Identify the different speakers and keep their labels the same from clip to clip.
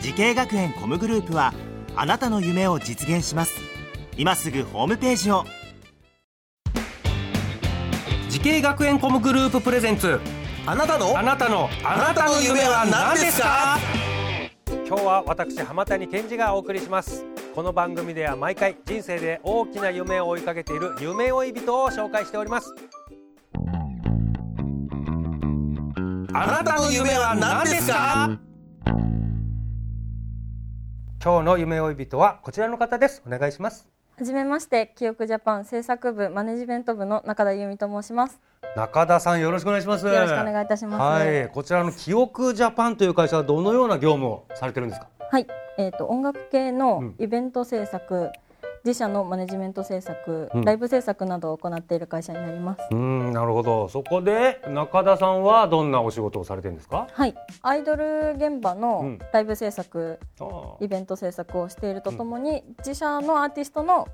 Speaker 1: 時系学園コムグループはあなたの夢を実現します今すぐホームページを
Speaker 2: 時系学園コムグループプレゼンツ
Speaker 3: あなたの
Speaker 2: あなたのあなたの夢は何ですか今日は私浜谷健二がお送りしますこの番組では毎回人生で大きな夢を追いかけている夢追い人を紹介しております
Speaker 3: あなたの夢は何ですか
Speaker 2: 今日の夢追い人はこちらの方ですお願いします
Speaker 4: はじめまして、記憶ジャパン制作部マネジメント部の中田由美と申します。
Speaker 2: 中田さんよろしくお願いします
Speaker 4: よろしくお願いいたします。
Speaker 2: はい、こちらの記憶ジャパンという会社はどのような業務をされてるんですか
Speaker 4: はい、えっ、と音楽系
Speaker 2: う
Speaker 4: の
Speaker 2: ん
Speaker 4: イベント制作、自社のマネジメント制作、
Speaker 2: うん
Speaker 4: ライブ制作などを行っている会社になります。
Speaker 2: うん、なるほどそこで中田さんはどんなお仕事をされてるんですか
Speaker 4: はい、アイドル現場
Speaker 2: う
Speaker 4: の
Speaker 2: ん
Speaker 4: ライブ制作、イベント制作をしているとともに、自社のアーティストの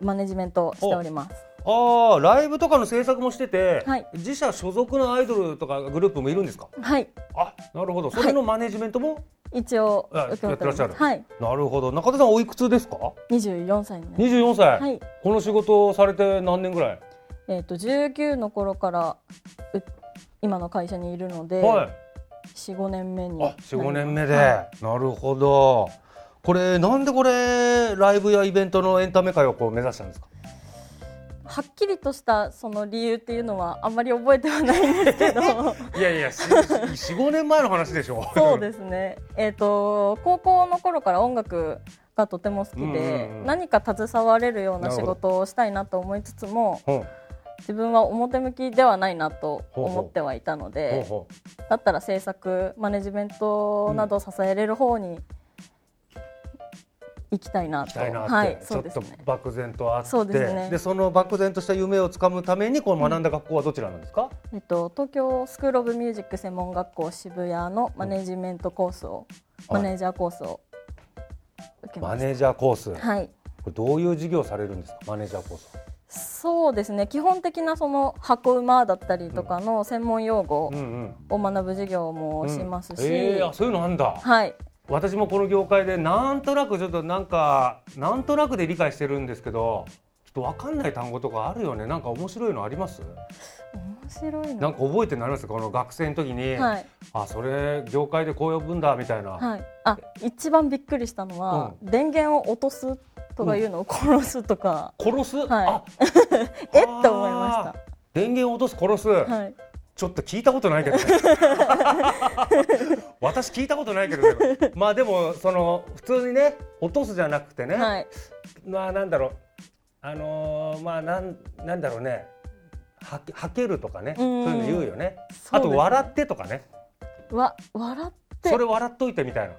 Speaker 4: マネジメントをしております。
Speaker 2: ああライブとかの制作もしてて、
Speaker 4: はい
Speaker 2: 自社所属のアイドルとかグループもいるんですか
Speaker 4: はい、
Speaker 2: あなるほどそれのマネジメントも、
Speaker 4: 一応
Speaker 2: あ
Speaker 4: 受け持っております
Speaker 2: やってらっしゃる
Speaker 4: はい、
Speaker 2: なるほど中田さんおいくつですか
Speaker 4: 24歳になります。
Speaker 2: 24歳、
Speaker 4: はい。
Speaker 2: この仕事をされて何年ぐらい、
Speaker 4: えっ、と19の頃からう今の会社にいるので、
Speaker 2: はい
Speaker 4: 四五年目に。
Speaker 2: あ45年目で、
Speaker 4: は
Speaker 2: なるほどこれなんでこれライブやイベントのエンタメ界をこう目指したんですか
Speaker 4: いはっきりとしたその理由っていうのはあんまり覚えてはないんです けど、
Speaker 2: いやいや45年前の話でしょ
Speaker 4: そう
Speaker 2: す
Speaker 4: ですね。えっ、と高校の頃から音楽がとても好きで、
Speaker 2: うんうんうん
Speaker 4: 何か携われるよう
Speaker 2: な
Speaker 4: な
Speaker 2: る
Speaker 4: 仕
Speaker 2: ほど
Speaker 4: 事をしたいなと思いつつも、自分は表向きではないなと思ってはいたので、だったら制作マネジメントなどを支えれる方に行きたいな
Speaker 2: し
Speaker 4: と、
Speaker 2: たいなって、
Speaker 4: はい
Speaker 2: ち
Speaker 4: そ
Speaker 2: ょ
Speaker 4: う
Speaker 2: っ
Speaker 4: です
Speaker 2: と
Speaker 4: ね
Speaker 2: 漠然とあって
Speaker 4: そうですね
Speaker 2: その漠然とした夢をつかむためにこの学んだ学校はどちらなんですか、
Speaker 4: えっと東京スクールオブミュージック専門学校渋谷のマネジメントコースを、
Speaker 2: はい
Speaker 4: マネージャーコースを受け
Speaker 2: マ
Speaker 4: まし
Speaker 2: ネージャーコース、
Speaker 4: たはい
Speaker 2: これどういう授業されるんですかマネージャーコースは
Speaker 4: そうですね基本的なその箱馬だったりとかの専門用語
Speaker 2: んうん
Speaker 4: を学ぶ授業もしますし、
Speaker 2: うんえーあそういうのなんだ、
Speaker 4: はい
Speaker 2: 私もこの業界でなんとなくちょっとなんかなんとなくで理解してるんですけどちょっとわかんない単語とかあるよねなんか面白いのあります
Speaker 4: 面白い
Speaker 2: な
Speaker 4: なん
Speaker 2: か覚えてなりますこの学生の時に、
Speaker 4: はい
Speaker 2: あそれ業界でこう呼ぶんだみたいな、
Speaker 4: はい、あ一番びっくりしたのは、電源を落とすとかいうのを殺すと か、
Speaker 2: 殺す、
Speaker 4: は
Speaker 2: あ
Speaker 4: い、 えっと思いま
Speaker 2: あー電源を落とす殺す、
Speaker 4: した。はい、
Speaker 2: ちょっと聞いたことない けどね私聞いたことないけどねまあでもその普通にね落とすじゃなくてね、
Speaker 4: はい、
Speaker 2: まあなんだろうあのーまあなんなんだろうねはけはけるとかね
Speaker 4: う
Speaker 2: そうんいうの言うよねあ
Speaker 4: そうです
Speaker 2: と
Speaker 4: ね
Speaker 2: 笑ってとかね
Speaker 4: わ、笑って
Speaker 2: それ、笑っといてみたいな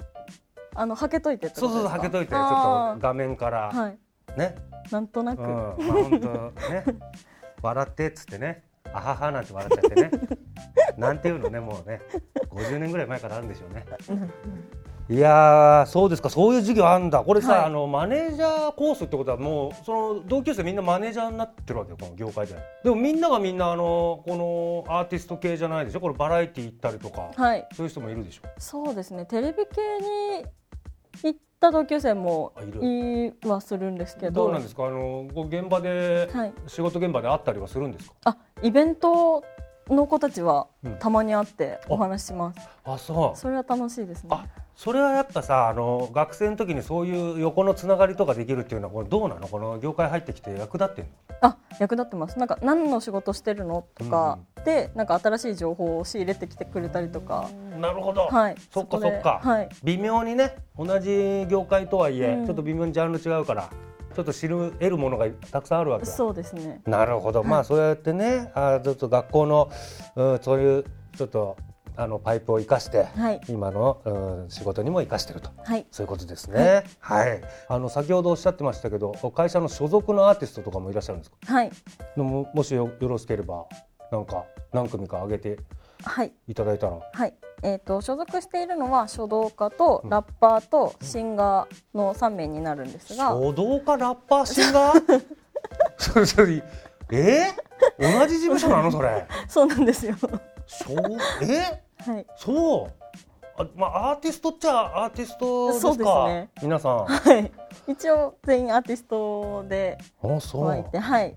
Speaker 4: あの、はけといてって
Speaker 2: そ
Speaker 4: こと
Speaker 2: う
Speaker 4: で
Speaker 2: そう
Speaker 4: す
Speaker 2: そう
Speaker 4: か。
Speaker 2: はけといてちょ
Speaker 4: あ
Speaker 2: っと画面から、
Speaker 4: ーはい、
Speaker 2: ね
Speaker 4: なんとな
Speaker 2: う
Speaker 4: く、
Speaker 2: んまあ本当ね笑ってっつってねあははなんて笑っちゃってねなんていうのねもうね50年ぐらい前からあるんでしょうねいやーそうですかそういう授業あんだこれさ、
Speaker 4: はい
Speaker 2: あのマネージャーコースってことはもうその同級生みんなマネージャーになってるわけよこの業界ででもみんながみんなあのこのアーティスト系じゃないでしょこれバラエティ行ったりとか、
Speaker 4: はい、
Speaker 2: そういう人もいるでしょ
Speaker 4: そうですね。テレビ系に行った同級生も
Speaker 2: あいる
Speaker 4: いいはするんですけ
Speaker 2: ど
Speaker 4: ど、
Speaker 2: うなんですかあのこう現場で、
Speaker 4: はい、
Speaker 2: 仕事現場で会ったりはするんですか
Speaker 4: あ、イベントの子たちは
Speaker 2: うん
Speaker 4: たまに会って
Speaker 2: あ
Speaker 4: お話しします。
Speaker 2: あそう
Speaker 4: それは楽しいですね。
Speaker 2: あそれはやっぱさあの学生の時にそういう横のつながりとかできるっていうのはこれどうなのこの業界入ってきて役立ってんの
Speaker 4: あ役立ってますなんか何の仕事してるのとか、でなんか新しい情報を仕入れてきてくれたりとか、
Speaker 2: なるほど、
Speaker 4: はい
Speaker 2: そっか
Speaker 4: こで
Speaker 2: そっか
Speaker 4: はい
Speaker 2: 微妙にね同じ業界とはいえ、
Speaker 4: うん
Speaker 2: ちょっと微妙にジャンル違うからちょっと知る得るものがたくさんあるわけだ
Speaker 4: そうですね
Speaker 2: なるほど、まあそうやってねあーちょっと学校の、うん、そういうちょっとあのパイプを生かして、
Speaker 4: はい
Speaker 2: 今の、うん仕事にも生かしてると
Speaker 4: はい
Speaker 2: そういうことですね。はい、あの先ほどおっしゃってましたけど、会社の所属のアーティストとかもいらっしゃるんですか。
Speaker 4: はい
Speaker 2: でももしよよろしければなんか何組か上げて
Speaker 4: はい
Speaker 2: いただいたら。
Speaker 4: はいえー、と所属しているのは書道家とラッパーとシンガーの3名になるんですが、
Speaker 2: 書道家ラッパーシンガー。 それそれえー、同じ事務所なのそれ。
Speaker 4: そうなんですよ、
Speaker 2: そうえ
Speaker 4: はい、
Speaker 2: そう。あまあアーティストっちゃアーティストですか。
Speaker 4: そうですね
Speaker 2: 皆さん。
Speaker 4: はい、一応全員アーティストで
Speaker 2: あそう。
Speaker 4: 加えて、はい、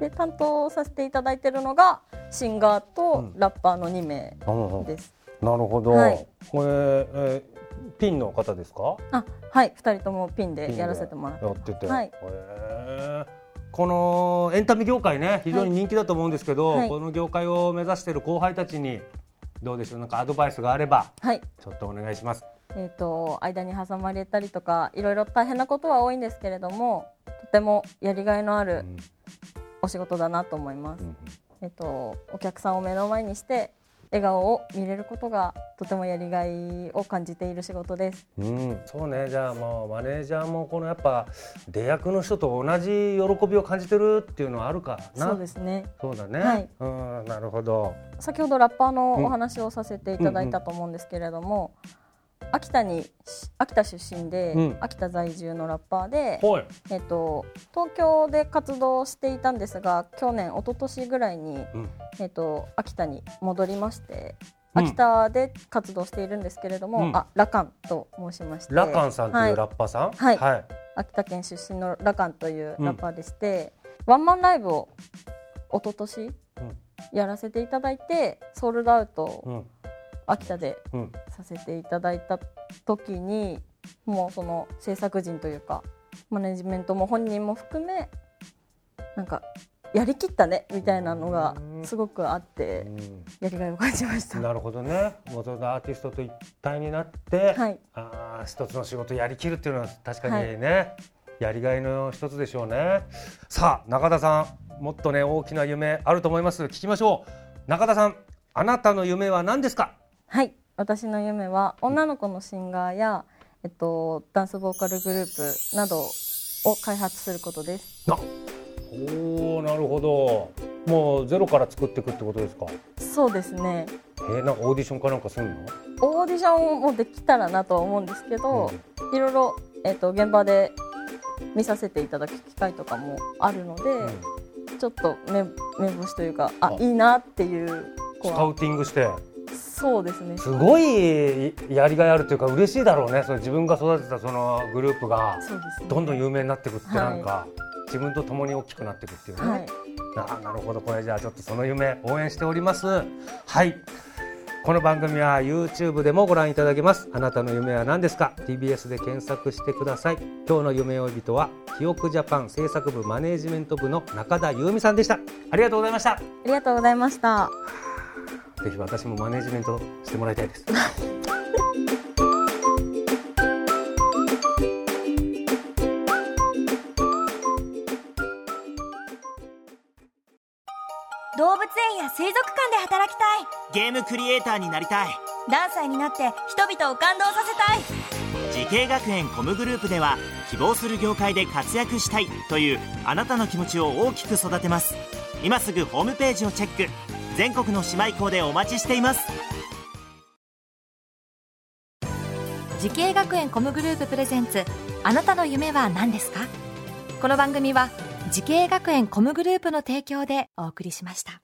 Speaker 4: で担当させていただいてるのがシンガーとラッパーの2名
Speaker 2: うんうん
Speaker 4: です。
Speaker 2: なるほど。
Speaker 4: はい
Speaker 2: これ、えーピンの方ですか？
Speaker 4: あはい2人ともピンで
Speaker 2: ピンで
Speaker 4: やらせてもらって
Speaker 2: やってて、
Speaker 4: はい
Speaker 2: へーこのエンタメ業界ね非常に人気だと思うんですけど、
Speaker 4: はい
Speaker 2: この業界を目指している後輩たちにどうでしょうなんかアドバイスがあれば
Speaker 4: はい
Speaker 2: ちょっとお願いします。
Speaker 4: えー、と間に挟まれたりとかいろいろ大変なことは多いんですけれどもとてもやりがいのあるお仕事だなと思います、えー、とお客さんを目の前にして笑顔を見れることがとてもやりがいを感じている仕事です
Speaker 2: うん、そうねじゃあもうマネージャーもこのやっぱ出役の人と同じ喜びを感じてるっていうのはあるからな
Speaker 4: そうですね
Speaker 2: そうだね、
Speaker 4: はい
Speaker 2: うんなるほど
Speaker 4: 先ほどラッパー
Speaker 2: うん
Speaker 4: のお話をさせていただいたと思うんですけれども、秋田に秋田出身で、
Speaker 2: うん
Speaker 4: 秋田在住のラッパーで、
Speaker 2: ほい、
Speaker 4: えっと、東京で活動していたんですが去年一昨年ぐらいに、
Speaker 2: うん
Speaker 4: えっと、秋田に戻りまして
Speaker 2: うん
Speaker 4: 秋田で活動しているんですけれども、
Speaker 2: うん
Speaker 4: あラカンと申しまして
Speaker 2: ラカンさんと
Speaker 4: は
Speaker 2: いう
Speaker 4: い
Speaker 2: ラッパーさん
Speaker 4: はい
Speaker 2: はい、
Speaker 4: 秋田県出身のラカンというラッパーでして、ワンマンライブを一昨年やらせていただいてソールドアウト
Speaker 2: う
Speaker 4: を
Speaker 2: ん
Speaker 4: 秋田で
Speaker 2: うん
Speaker 4: させていただいた時にもうその制作陣というかマネジメントも本人も含めなんかやりきったねみたいなのがすごくあって
Speaker 2: うん
Speaker 4: やりがいを感じました。
Speaker 2: なるほどね。もうそれでアーティストと一体になって、
Speaker 4: はい
Speaker 2: ああ一つの仕事をやりきるっていうのは確かにね、やりがいの一つでしょうね。さあ中田さん、もっとね大きな夢あると思います。聞きましょう。中田さん、あなたの夢は何ですか。
Speaker 4: はい私の夢は女の子のシンガーや、えっと、ダンスボーカルグループなどを開発することです
Speaker 2: おお、なるほど。もうゼロから作っていくってことですか。
Speaker 4: そうですね
Speaker 2: えー、なんかオーディションかなんかするの？
Speaker 4: オーディションもできたらなとは思うんですけど、いろいろ、えっと現場で見させていただく機会とかもあるので、
Speaker 2: うん
Speaker 4: ちょっと目目星というかあ
Speaker 2: あ
Speaker 4: いいなっていう子
Speaker 2: スカ
Speaker 4: は
Speaker 2: ウティングして
Speaker 4: そうですね
Speaker 2: すごいやりがいあるというか嬉しいだろうねその自分が育てたそのグループが
Speaker 4: そうですね
Speaker 2: どんどん有名になっていくって
Speaker 4: はい
Speaker 2: なんか、自分と共に大きくなっていくっていうね、
Speaker 4: はい
Speaker 2: あなるほどこれじゃあちょっとその夢応援しておりますはいこの番組は YouTube でもご覧いただけますあなたの夢は何ですか TBS で検索してください今日の夢追い人は記憶ジャパン制作部マネージメント部の中田由美さんでしたありがとうございました
Speaker 4: ありがとうございました
Speaker 2: ぜひ私もマネージメントしてもらいたいです
Speaker 5: 動物園や水族館で働きたい
Speaker 1: ゲームクリエイターになりたい
Speaker 5: 何歳になって人々を感動させたい
Speaker 1: 時系学園コムグループでは希望する業界で活躍したいというあなたの気持ちを大きく育てます今すぐホームページをチェック全国の姉妹校でお待ちしています
Speaker 6: 時系学園コムグループプレゼンツあなたの夢は何ですかこの番組は時系学園コムグループの提供でお送りしました